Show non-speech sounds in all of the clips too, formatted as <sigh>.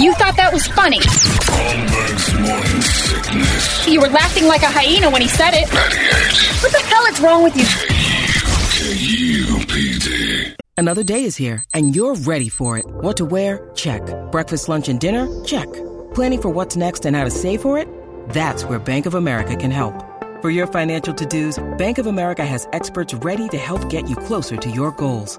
You thought that was funny. Holmberg's morning sickness. You were laughing like a hyena when he said it. What the hell is wrong with you? K-U-P-D. Another day is here, and you're ready for it. What to wear? Check. Breakfast, lunch, and dinner? Check. Planning for what's next and how to save for it? That's where Bank of America can help. For your financial to-dos, Bank of America has experts ready to help get you closer to your goals.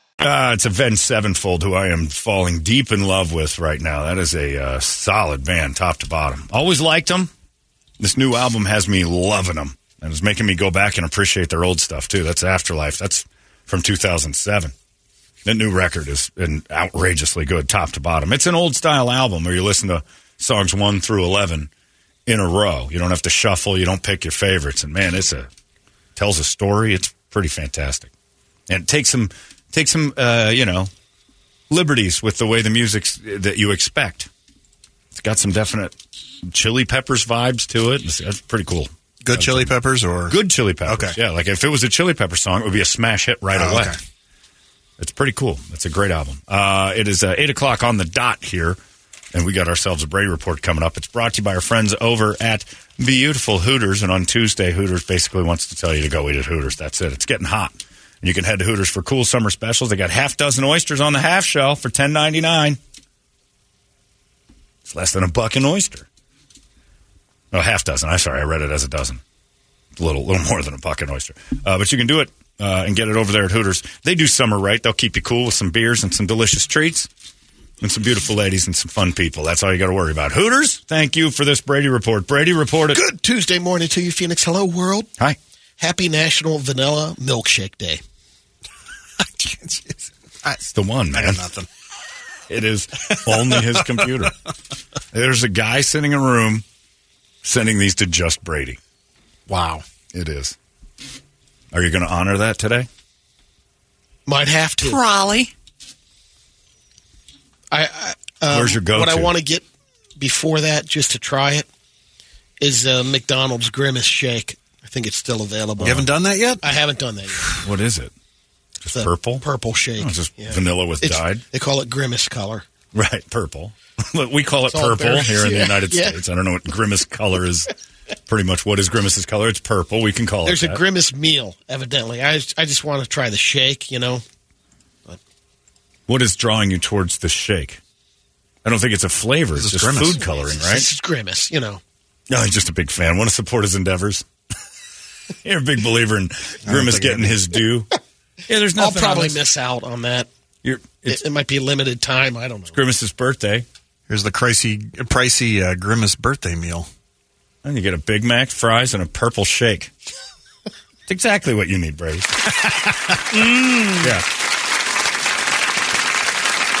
Ah, it's Avenged Sevenfold, who I am falling deep in love with right now. That is a uh, solid band, top to bottom. Always liked them. This new album has me loving them, and it's making me go back and appreciate their old stuff too. That's Afterlife. That's from 2007. That new record is an outrageously good, top to bottom. It's an old style album where you listen to songs one through eleven in a row. You don't have to shuffle. You don't pick your favorites. And man, it's a tells a story. It's pretty fantastic and take some take some uh, you know liberties with the way the music's that you expect. It's got some definite Chili Peppers vibes to it. It's- That's pretty cool. Good chili peppers or Good Chili Peppers. Okay. Yeah, like if it was a Chili Pepper song, it would be a smash hit right Oh, away. okay. It's pretty cool. It's a great album. Uh, it is uh, eight o'clock on the dot here, and we got ourselves a Brady report coming up. It's brought to you by our friends over at Beautiful Hooters, and on Tuesday, Hooters basically wants to tell you to go eat at Hooters. That's it. It's getting hot, and you can head to Hooters for cool summer specials. They got half dozen oysters on the half shell for ten ninety nine. It's less than a buck an oyster. Oh, half dozen. I'm sorry, I read it as a dozen a little, little <laughs> more than a buck an oyster. Uh, but you can do it uh, and get it over there at Hooters. They do summer right. They'll keep you cool with some beers and some delicious treats and some beautiful ladies and some fun people. That's all you got to worry about. Hooters, thank you for this Brady report. Brady reported. Good Tuesday morning to you, Phoenix. Hello, world. Hi. Happy National Vanilla Milkshake Day. I, It's the one, I man. got nothing. It is only his computer. There's a guy sitting in a room sending these to just Brady. Wow. It is. Are you going to honor that today? Might have to. Probably. I, I um, Where's your go-to? What I want to get before that, just to try it, is uh, McDonald's Grimace Shake. I think it's still available. You haven't done that yet? I haven't done that. Yet. What is it? Just The purple? Purple shake. Oh, it's just Yeah. vanilla with It's- dyed? They call it Grimace color. Right, purple. Look, <laughs> we call it It's all purple berries, here in the yeah. United Yeah. States. I don't know what grimace color is. Pretty much what is grimace's color? It's purple. We can call There's it. a that. Grimace meal, evidently. I I just want to try the shake. You know, what is drawing you towards the shake? I don't think it's a flavor. It's This is just Grimace. food coloring, It's <laughs> right? just Grimace. You know, No, I'm just a big fan. Want to support his endeavors? <laughs> You're a big believer in grimace think I getting his due. Yeah, there's I'll nothing. on probably this. miss out on that. You're, it's It, it might be limited time. I don't know. grimace's birthday. Here's the pricey, pricey uh, Grimace birthday meal. And you get a Big Mac, fries, and a purple shake. It's exactly what you need, <laughs> Brady. Mm. Yeah.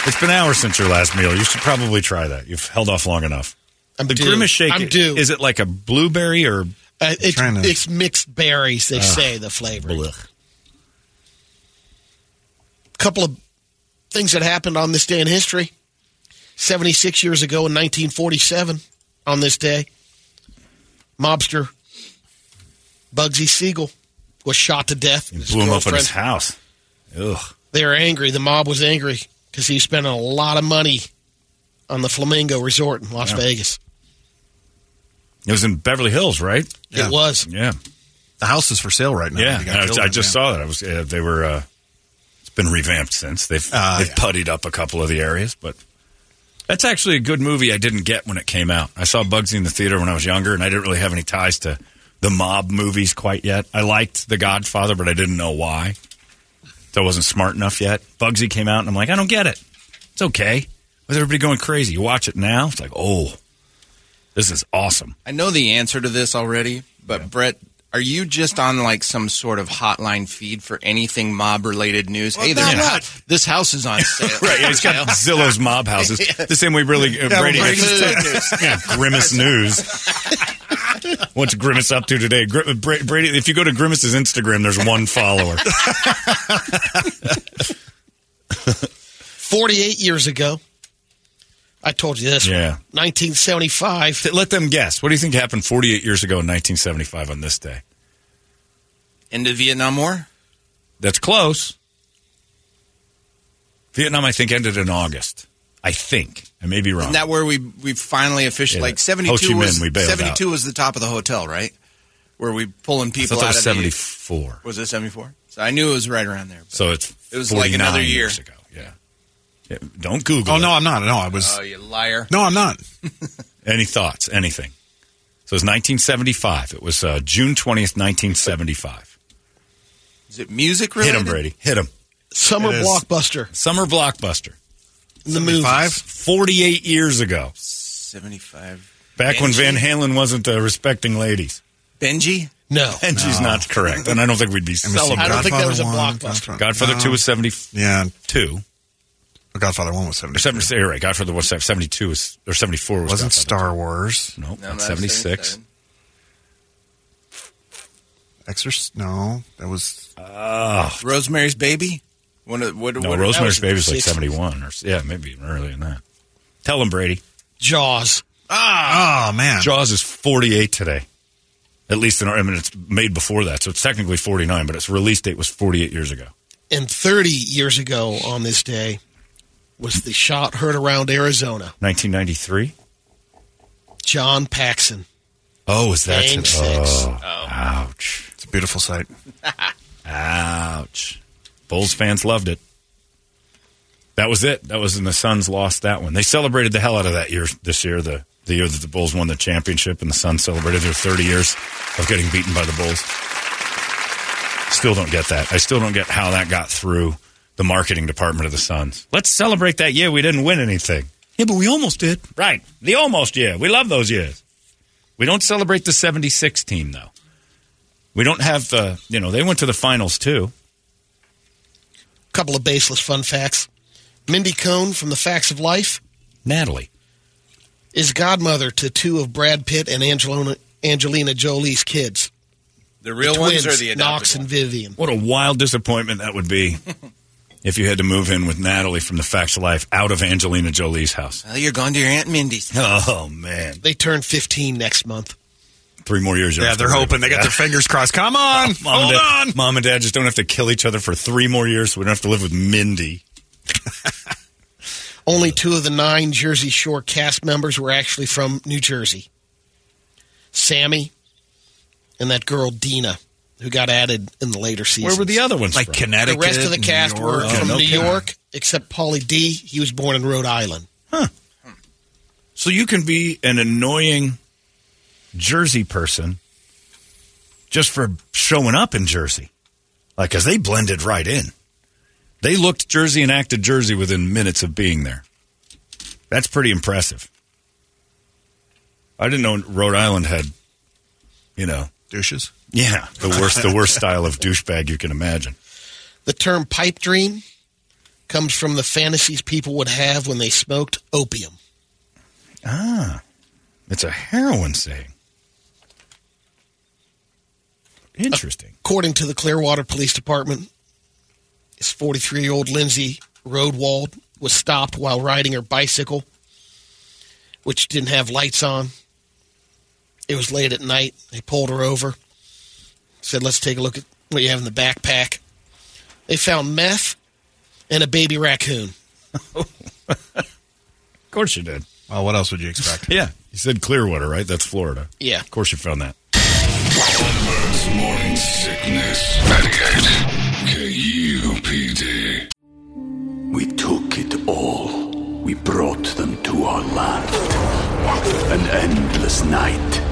It's been hours since your last meal. You should probably try that. You've held off long enough. I'm The due. Grimace Shake, I'm due. is it like a blueberry or Uh, it's, trying to- it's mixed berries. They say the flavor. couple of things that happened on this day in history. 76 years ago in 1947, on this day, mobster Bugsy Siegel was shot to death. His blew him up in his girlfriend- house? Ugh. They were angry. The mob was angry because he was spending a lot of money on the Flamingo Resort in Las Yeah. Vegas. It was in Beverly Hills, right? Yeah. It was. Yeah, The house is for sale right now. yeah. They got I, building, I just yeah. saw that. I was. Uh, they were. Uh, it's been revamped since. They've Ah, they've yeah. puttied up a couple of the areas, but that's actually a good movie. I didn't get when it came out. I saw Bugsy in the theater when I was younger, and I didn't really have any ties to the mob movies quite yet. I liked The Godfather, but I didn't know why. So I wasn't smart enough yet. Bugsy came out, and I'm like, I don't get it. It's okay. With everybody going crazy, you watch it now. It's like, oh, this is awesome. I know the answer to this already, but Brett, are you just on like some sort of hotline feed for anything mob related news? hey, there's now not, this house is <laughs> on sale. Right, yeah, it's got Zillow's mob houses. <laughs> The same way really uh, Brady Brady's <laughs> gets yeah, Grimace News. What's Grimace up to today? Gr- uh, Bra- Brady, if you go to Grimace's Instagram, there's one <laughs> follower. 48 years ago, I told you this. Yeah. 1975. Let them guess. What do you think happened 48 years ago in 1975 on this day? End of Vietnam War? That's close. Vietnam, I think, ended in August. I think. I may be wrong. Isn't that where we we finally officially Yeah. like seventy Ho Chi two was Minh, we bailed seventy out. two was the top of the hotel, right? Where we pulling I people thought that out was of 74. The, <laughs> was it seventy four? So I knew it was right around there. but- so it's It was like another 49 year. years ago. Yeah. yeah. Don't Google Oh it. no, I'm not. No, I was. oh, you liar! no, I'm not. Any thoughts? Anything? So it was 1975. It was uh, June 20th, 1975. Is it music Hit related? him, Brady. Hit him. Summer It is. blockbuster. Summer blockbuster. In the movie. Five. 48 years ago. Seventy five. Back when Benji? Van Halen wasn't uh, respecting ladies. Benji. No. And she's not correct. And I don't think we'd be I celebrating. don't think that was a Godfather blockbuster. one. Godfather No. 2 was 72. Yeah, Godfather one was seventy. Or 70, yeah, right. Godfather was 72 was, or 74 was Wasn't Godfather. Star Wars? No, No, not that's 76. 77. Exorcist? No, that was. Rosemary's Baby. One of what? No, what Rosemary's that was Baby was like 60s. 71 or, yeah, maybe even earlier than that. Tell him, Brady. Jaws. Oh man, Jaws is 48 today. At least in our, I mean, it's made before that, so it's technically 49, but its release date was 48 years ago. And 30 years ago on this day was the shot heard around Arizona. 1993? John Paxson. Oh, is that Game today? six. Oh, ouch. it's a beautiful sight. Ouch. Bulls fans loved it. That was it. That was when the Suns lost that one. They celebrated the hell out of that year this year, the, the year that the Bulls won the championship, and the Suns celebrated their 30 years of getting beaten by the Bulls. Still don't get that. I still don't get how that got through the marketing department of the Suns. Let's celebrate that year we didn't win anything. Yeah, but we almost did. Right. The almost year. We love those years. We don't celebrate the 76 team, though. We don't have the, you know, they went to the finals too. Couple of baseless fun facts. Mindy Cohn from The Facts of Life Natalie. is godmother to two of Brad Pitt and Angelina, Angelina Jolie's kids. The real Twins, ones or the adopted Knox and ones? Vivian. What a wild disappointment that would be if you had to move in with Natalie from the Facts of Life out of Angelina Jolie's house. Well, you're going to your aunt Mindy's. Oh, man. They turn 15 next month. Three more years. you'll Yeah, have to they're live. hoping they <laughs> got their fingers crossed. Come on, Mom hold and dad, on. Mom and dad just don't have to kill each other for three more years. So we don't have to live with Mindy. Only two of the nine Jersey Shore cast members were actually from New Jersey Sammy and that girl, Dina, who got added in the later seasons. Where were the other ones Like from? The Connecticut. rest of the New cast were York. from no New kidding. York, except Paulie D. He was born in Rhode Island. So you can be an annoying Jersey person just for showing up in Jersey. Like, because they blended right in. They looked Jersey and acted Jersey within minutes of being there. That's pretty impressive. I didn't know Rhode Island had, you know, douches. yeah, the worst, the worst style of douchebag you can imagine. The term pipe dream comes from the fantasies people would have when they smoked opium. It's a heroin saying. Interesting. According to the Clearwater Police Department, this 43 year old Lindsay Roadwald was stopped while riding her bicycle, which didn't have lights on. It was late at night. They pulled her over, said, Let's take a look at what you have in the backpack. They found meth and a baby raccoon. Of course you did. Well, what else would you expect? <laughs> yeah. You said Clearwater, right? That's Florida. Yeah. Of course you found that. Holmberg's Morning Sickness. 98 KUPD. We took it all. We brought them to our land. An endless night,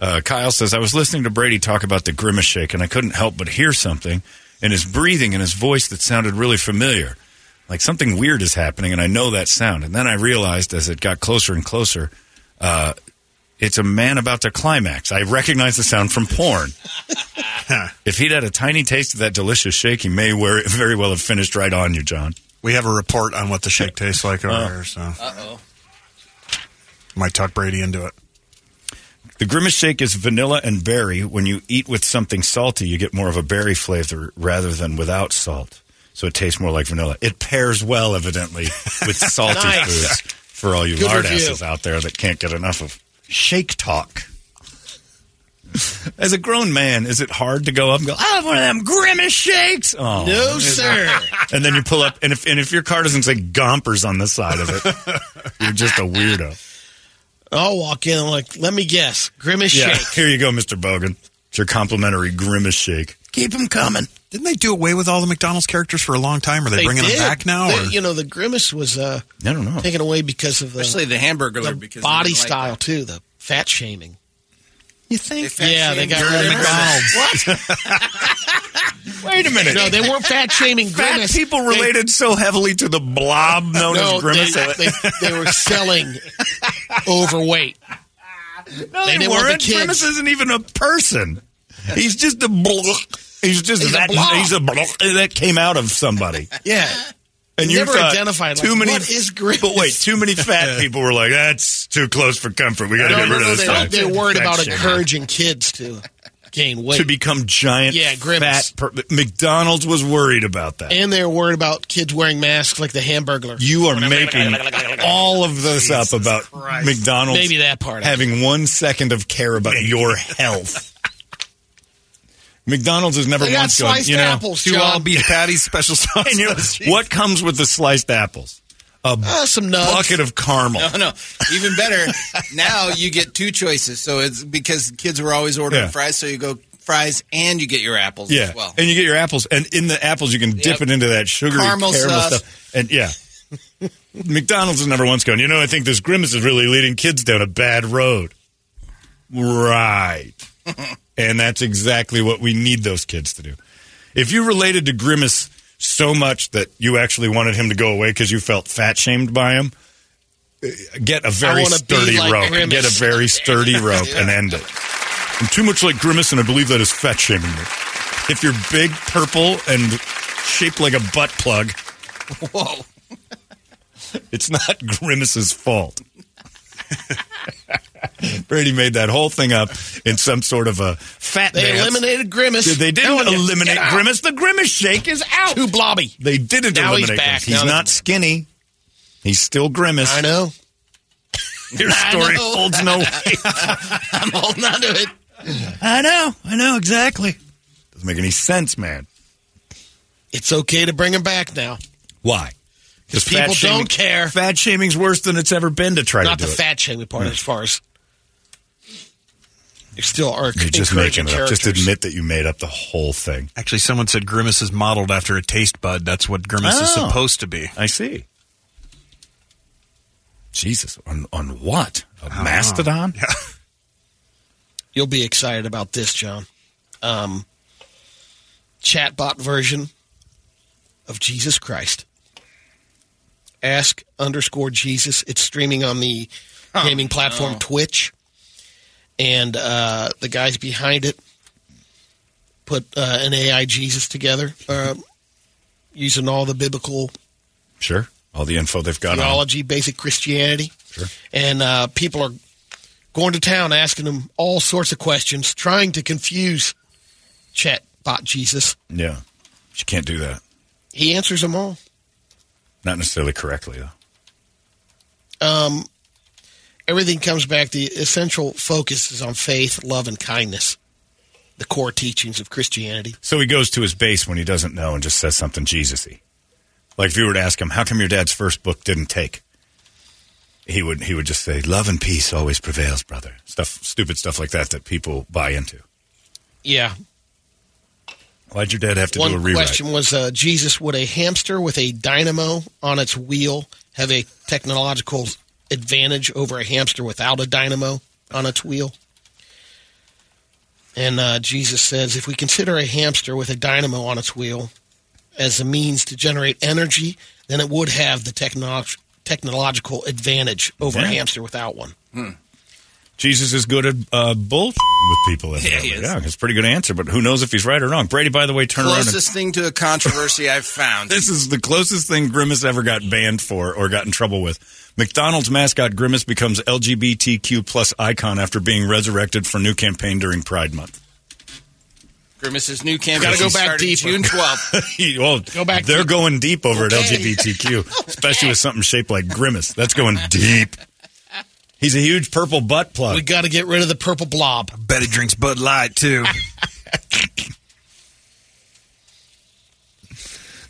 Uh, Kyle says, I was listening to Brady talk about the grimace shake, and I couldn't help but hear something in his breathing and his voice that sounded really familiar. Like something weird is happening, and I know that sound. And then I realized as it got closer and closer, uh, it's a man about to climax. I recognize the sound <laughs> from porn. if he'd had a tiny taste of that delicious shake, he may wear- very well have finished right on you, John. We have a report on what the shake tastes like over Oh. here, so Uh-oh. might talk Brady into it. The Grimace Shake is vanilla and berry. When you eat with something salty, you get more of a berry flavor rather than without salt. So it tastes more like vanilla. It pairs well, evidently, <laughs> with salty Nice. foods for all you Good lard review. asses out there that can't get enough of shake talk. As a grown man, is it hard to go up and go, I have one of them Grimace Shakes? Oh, No, sir. <laughs> And then you pull up, and if, and if your car doesn't say Gompers on the side of it, you're just a weirdo. I'll walk in and like, let me guess. Grimace Yeah, <laughs> shake. here you go, Mr. Bogan. It's your complimentary grimace shake. Keep him coming. Didn't they do away with all the McDonald's characters for a long time? Are they, bringing did. them back now? They- or? you know, the grimace was uh, I don't know. taken away because of the, Especially the hamburger the because they body didn't like style, that. too, the fat shaming. You They think? fat yeah, they shamed got Grimace. rid of McDonald's. <laughs> Wait a minute. No, they weren't fat shaming Fat grimace. people related so heavily to the blob known They, <laughs> no, as grimace. they, they, they were <laughs> selling overweight. no, they didn't want the kids. Grimace isn't even a person. He's just a blob. He's just He's a that. blob. He's a blob that came out of somebody. Yeah. And you Never thought identified, too like, many. what is grimace? But wait, too many fat people were like, "That's too close for comfort. We got to No, get no, rid no, of this." they, guy." they're worried Fat about shaming. encouraging kids to gain weight. to become giant. Yeah, grimace. Fat per- McDonald's was worried about that. and they're worried about kids wearing masks like the Hamburglar. You are making all of this up about McDonald's Maybe that part. of it. having one second of care about your health. McDonald's has never They got once gone, sliced you know, <laughs> uh, apples, two John. all beef Patty's special <laughs> sauce. and you <laughs> know, what comes with the sliced apples? A Uh, some nuts. bucket of caramel. <laughs> No, no. Even better, now you get two choices. So it's because kids were always ordering Yeah. fries, so you go fries and you get your apples Yeah, as well. and you get your apples, and in the apples you can dip it into that sugary Caramel caramel, sauce. stuff, and yeah. McDonald's has never once gone. You know, I think this grimace is really leading kids down a bad road. Right, and that's exactly what we need those kids to do. If you related to grimace so much that you actually wanted him to go away because you felt fat shamed by him, eh, get a very wanna be sturdy like rope. Grimace. Get a very <laughs> sturdy rope and end it. I'm too much like grimace, and I believe that is fat shaming me if you're big, purple, and shaped like a butt plug, Whoa. it's not <laughs> Grimace's fault. <laughs> Brady made that whole thing up in some sort of a fat They dance. eliminated grimace. They didn't Telling you, eliminate get out. Grimace. The Grimace shake is out. Too blobby. They didn't Now he's eliminate back. Grimace. Now He's they- not skinny. He's still Grimace. I know. <laughs> Your story know. holds <laughs> no weight. I'm <laughs> holding on to it. I know. I know exactly. Doesn't make any sense, man. It's okay to bring him back now. Why? Because people don't care. Fat shaming's worse than it's ever been to try Not to the do it. fat shaming part as far as. It's still arc. You're just making it up. Just characters. admit that you made up the whole thing. Actually, someone said Grimace is modeled after a taste bud. That's what Grimace is Oh. supposed to be. I see. Jesus, on on what? A I don't mastodon? <laughs> know. Yeah. You'll be excited about this, John. Um, chatbot version of Jesus Christ. Ask underscore Jesus. It's streaming on the gaming platform Twitch, and uh, the guys behind it put uh, an AI Jesus together, uh, using all the biblical Sure. All the info they've got on. theology, basic Christianity. Sure. And uh, people are going to town asking him all sorts of questions, trying to confuse chatbot Jesus. Yeah. She can't do that. He answers them all. Not necessarily correctly, though. Um, everything comes back. The essential focus is on faith, love, and kindness, the core teachings of Christianity. So he goes to his base when he doesn't know and just says something Jesus y. Like if you were to ask him, how come your dad's first book didn't take? He would, he would just say, love and peace always prevails, brother. Stuff, stupid stuff like that that people buy into. Yeah. Why'd your dad have to One do a rewrite? question was uh, Jesus, would a hamster with a dynamo on its wheel have a technological advantage over a hamster without a dynamo on its wheel? And uh, Jesus says, if we consider a hamster with a dynamo on its wheel as a means to generate energy, then it would have the technolog- technological advantage over a Yeah. hamster without one. Jesus is good at uh, bull with people. Yeah, he is. yeah, it's a pretty good answer, but who knows if he's right or wrong. Brady, by the way, turn around. And- Closest thing to a controversy I've found. this is the closest thing Grimace ever got banned for or got in trouble with. McDonald's mascot Grimace becomes LGBTQ plus icon after being resurrected for new campaign during Pride Month. <laughs> Grimace's new campaign Gotta go back started deeper. <laughs> June 12th. well, Go back they're deep. going deep over at Okay. <laughs> LGBTQ, especially with something shaped like Grimace. That's going deep. He's a huge purple butt plug. We got to get rid of the purple blob. Bet he drinks Bud Light, <laughs> too.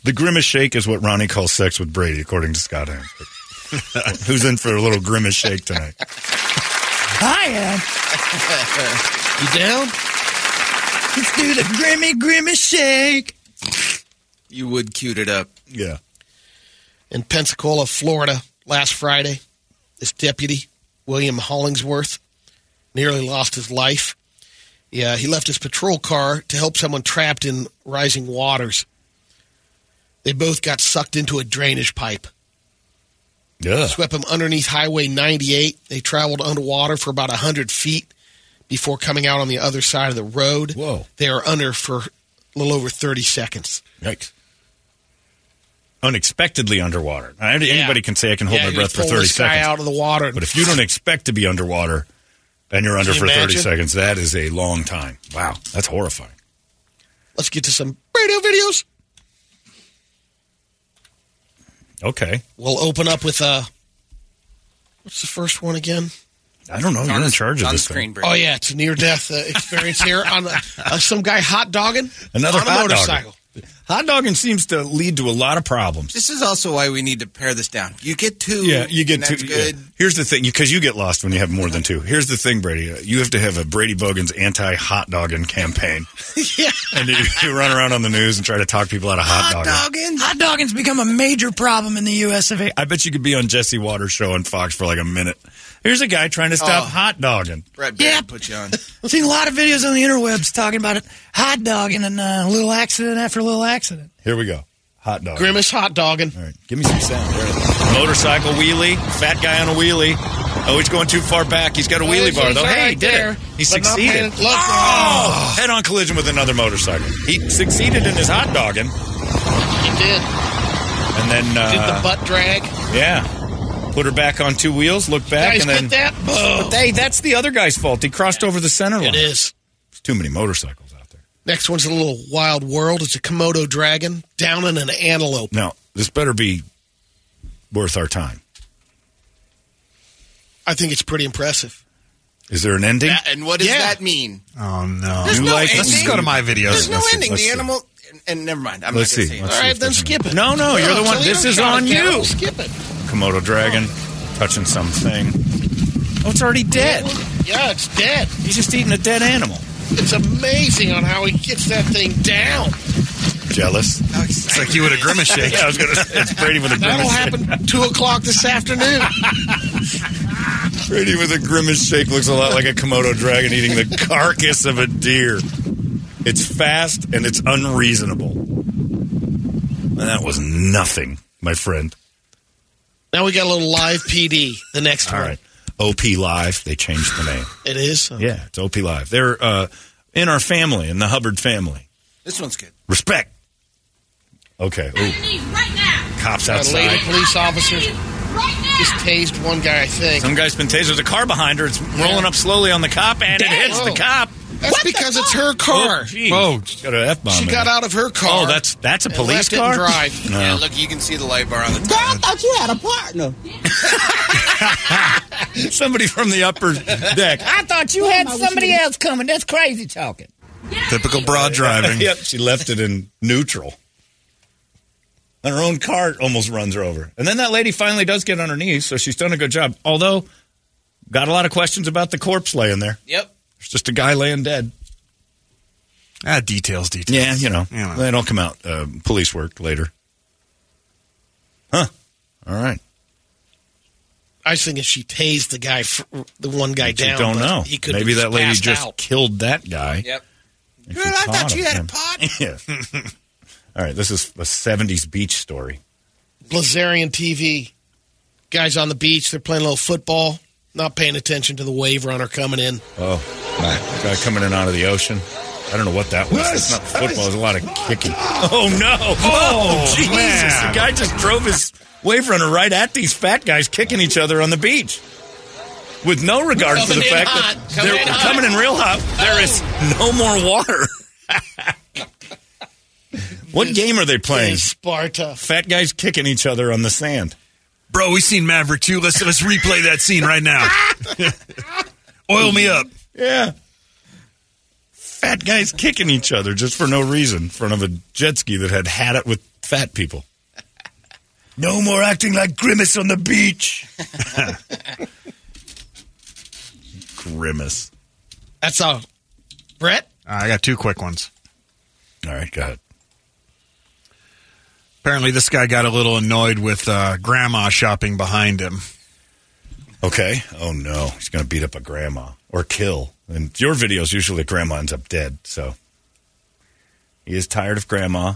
The grimace shake is what Ronnie calls sex with Brady, according to Scott Hansford. <laughs> Who's in for a little grimace <laughs> shake tonight? I am. You down? Let's do the grimmy grimace shake. You would cute it up. Yeah. in Pensacola, Florida, last Friday. This deputy, William Hollingsworth, nearly lost his life. Yeah, he left his patrol car to help someone trapped in rising waters. They both got sucked into a drainage pipe. Yeah. Swept them underneath Highway 98. They traveled underwater for about 100 feet before coming out on the other side of the road. Whoa. They are under for a little over 30 seconds. Yikes. Unexpectedly underwater. I- Anybody can say I can hold Yeah, my you breath for pull 30 this guy seconds. out of the water. and- But if you <sighs> don't expect to be underwater and you're under you for 30 imagine? seconds, that is a long time. Wow. That's horrifying. Let's get to some radio videos. Okay. We'll open up with uh what's the first one again? I don't know. Oh, You're in charge of on this screen, thing. Brady. Oh yeah, it's a near death uh, experience here on uh, uh, some guy hot dogging Another on a hot motorcycle. dogging. Hot dogging seems to lead to a lot of problems. This is also why we need to pare this down. You get two. Yeah, you get and two. That's good. yeah. Here's the thing, because you get lost when you have more than two. Here's the thing, Brady. Uh, You have to have a Brady Bogans anti hot dogging campaign, <laughs> yeah. and you, you run around on the news and try to talk people out of hot dogging. Hot dogging's become a major problem in the U.S. of A. I bet you could be on Jesse Waters' show on Fox for like a minute. Here's a guy trying to stop Oh. hot dogging. Brett Barry put you on. I've seen a lot of videos on the interwebs talking about it, hot dogging and uh, little accident after little accident. Here we go. Hot dog. Grimace hot dogging. All right, give me some sound. Where is it? Motorcycle wheelie, fat guy on a wheelie. Oh, he's going too far back. He's got a wheelie he's- bar though. he's Hey, he right did there, it. He but not paying succeeded. attention. Oh, head-on collision with another motorcycle. He succeeded in his hot dogging, He did. and then Did the uh, butt drag. yeah, put her back on two wheels, looked back, Guys, and then quit that. Boom. But hey, that's the other guy's fault. He crossed over the center line. It is. There's too many motorcycles out there. Next one's a little wild world. It's a Komodo dragon down in an antelope. Now this better be worth our time. I think it's pretty impressive. Is there an ending? <laughs> That- and what does Yeah. that mean? Oh, no. There's You no like- ending. Let's just go to my videos. There's no Let's see, ending. let's the see. animal. And, and never mind. I'm Let's not gonna see, Say let's it. All see. right, then There's an- skip it. No, no, you're the one. so you This don't is count on it, Carol. you. Skip it. Komodo dragon touching something. Oh, it's already dead. Yeah, it's dead. He's just eating a dead animal. It's amazing on how he gets that thing down. Jealous. It's like you would a grimace shake. <laughs> Yeah, I was gonna. It's Brady with a That'll grimace. happen two o'clock this afternoon. Shake. Brady with a grimace shake looks a lot like a Komodo dragon eating the carcass of a deer. It's fast and it's unreasonable. And that was nothing, my friend. Now we got a little live PD. The next All one. right, OP Live. They changed the name. It is. Yeah, it's OP Live. They're uh, in our family, in the Hubbard family. This one's good. Respect. Okay. Ooh, right now. cops Got a outside. lady police officer. Just tased one guy, I think. Some guy's been tased. There's a car behind her. It's rolling up slowly on the cop, and it hits the Oh. cop. That's because it's her car. Oh, geez. Whoa, she got an F bomb. She got out of her car Oh, that's that's a and police left it car. and drive. No. Yeah, look, you can see the light bar on the Girl, I thought you had a partner. Somebody from the upper deck. I thought you had somebody else coming. That's crazy talking. Typical broad driving. yep, she left it in neutral. And her own car almost runs her over. And then that lady finally does get on her knees, so she's done a good job. Although, got a lot of questions about the corpse laying there. Yep. It's just a guy laying dead. Ah, details, details. Yeah, you know, You know. they don't come out. Uh, police work later. Huh. All right. I was thinking she tased the guy, fr- the one guy You down. don't but know. He could Maybe that lady just Out. killed that guy. Yep. and Girl, she I thought caught you him. had a <laughs> Yeah. All right, this is a 70s beach story. Blazarian TV. Guys on the beach, they're playing a little football, not paying attention to the wave runner coming in. Oh, guy coming in out of the ocean. I don't know what that was. That's not football. There's a lot of kicking. <laughs> Oh no! Oh, Jesus! The guy just drove his wave runner right at these fat guys kicking each other on the beach, with no regard for Coming the in fact hot. that Coming they're in hot. Oh. coming in real hot. There is no more water. <laughs> what game are they playing? Sparta. Fat guys kicking each other on the sand. Bro, we seen Maverick too. Let's let's replay that scene right <laughs> now. Oil me up. Yeah. Fat guys kicking each other just for no reason in front of a jet ski that had had it with fat people. No more acting like Grimace on the beach. <laughs> Grimace. That's all. Brett? I got two quick ones. All right, go ahead. Apparently, this guy got a little annoyed with uh, grandma shopping behind him. Okay. Oh no, he's going to beat up a grandma or kill. And your videos usually grandma ends up dead. So he is tired of grandma.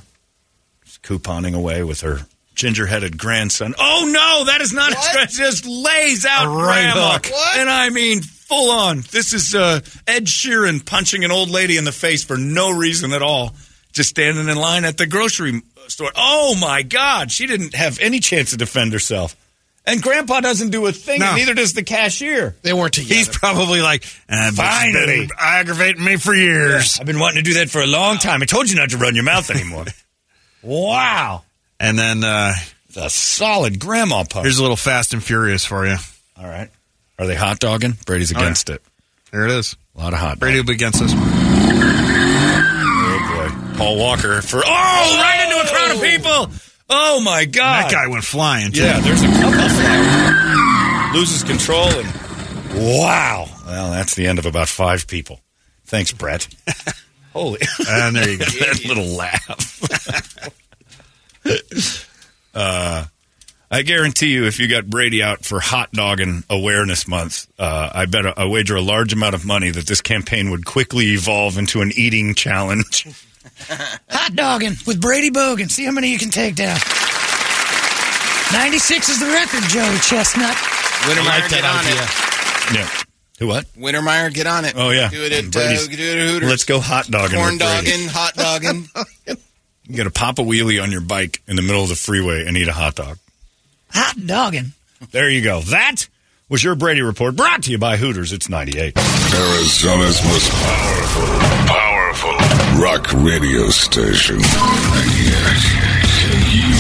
She's couponing away with her ginger-headed grandson. Oh no, that is not a stretch. Just lays out right grandma, hook. and I mean full on. This is uh, Ed Sheeran punching an old lady in the face for no reason at all. Just standing in line at the grocery store. Oh my God, she didn't have any chance to defend herself. And Grandpa doesn't do a thing, No. and neither does the cashier. They weren't together. He's probably like, Uh, "Ah, bitch, she's Finally. been aggravating me for years. I've been wanting to do that for a long time. I told you not to run your mouth anymore. <laughs> wow. And then uh, The solid grandma punch. here's a little Fast and Furious for you. Oh, All right. Are they hot dogging? Brady's yeah. against it. There it is. A lot of hot Brady dogging. will be against us. Oh, boy. Paul Walker for. Oh, right into a crowd of people. Oh, my God. That guy went flying. Too. Yeah, there's a couple flowers. Loses control and wow. Well, that's the end of about five people. <laughs> Thanks, Brett. Holy, And there you go. that little laugh. <laughs> uh, I guarantee you, if you got Brady out for Hot Dogging Awareness Month, uh, I bet I wager a large amount of money that this campaign would quickly evolve into an eating challenge. <laughs> Hot dogging with Brady Bogan. See how many you can take down. 96 is the record, Joey Chestnut. Wintermeyer, I like get that on idea. yeah. Who what? it. Wintermeyer, get on it. Oh yeah. Do it at, uh, Brady's- do it at Hooters. Let's go hot dogging. Corn with Brady. dogging, hot <laughs> dogging. You got to pop a wheelie on your bike in the middle of the freeway and eat a hot dog. Hot dogging. There you go. That was your Brady report brought to you by Hooters. It's 98. Arizona's most powerful, powerful rock radio station. Can you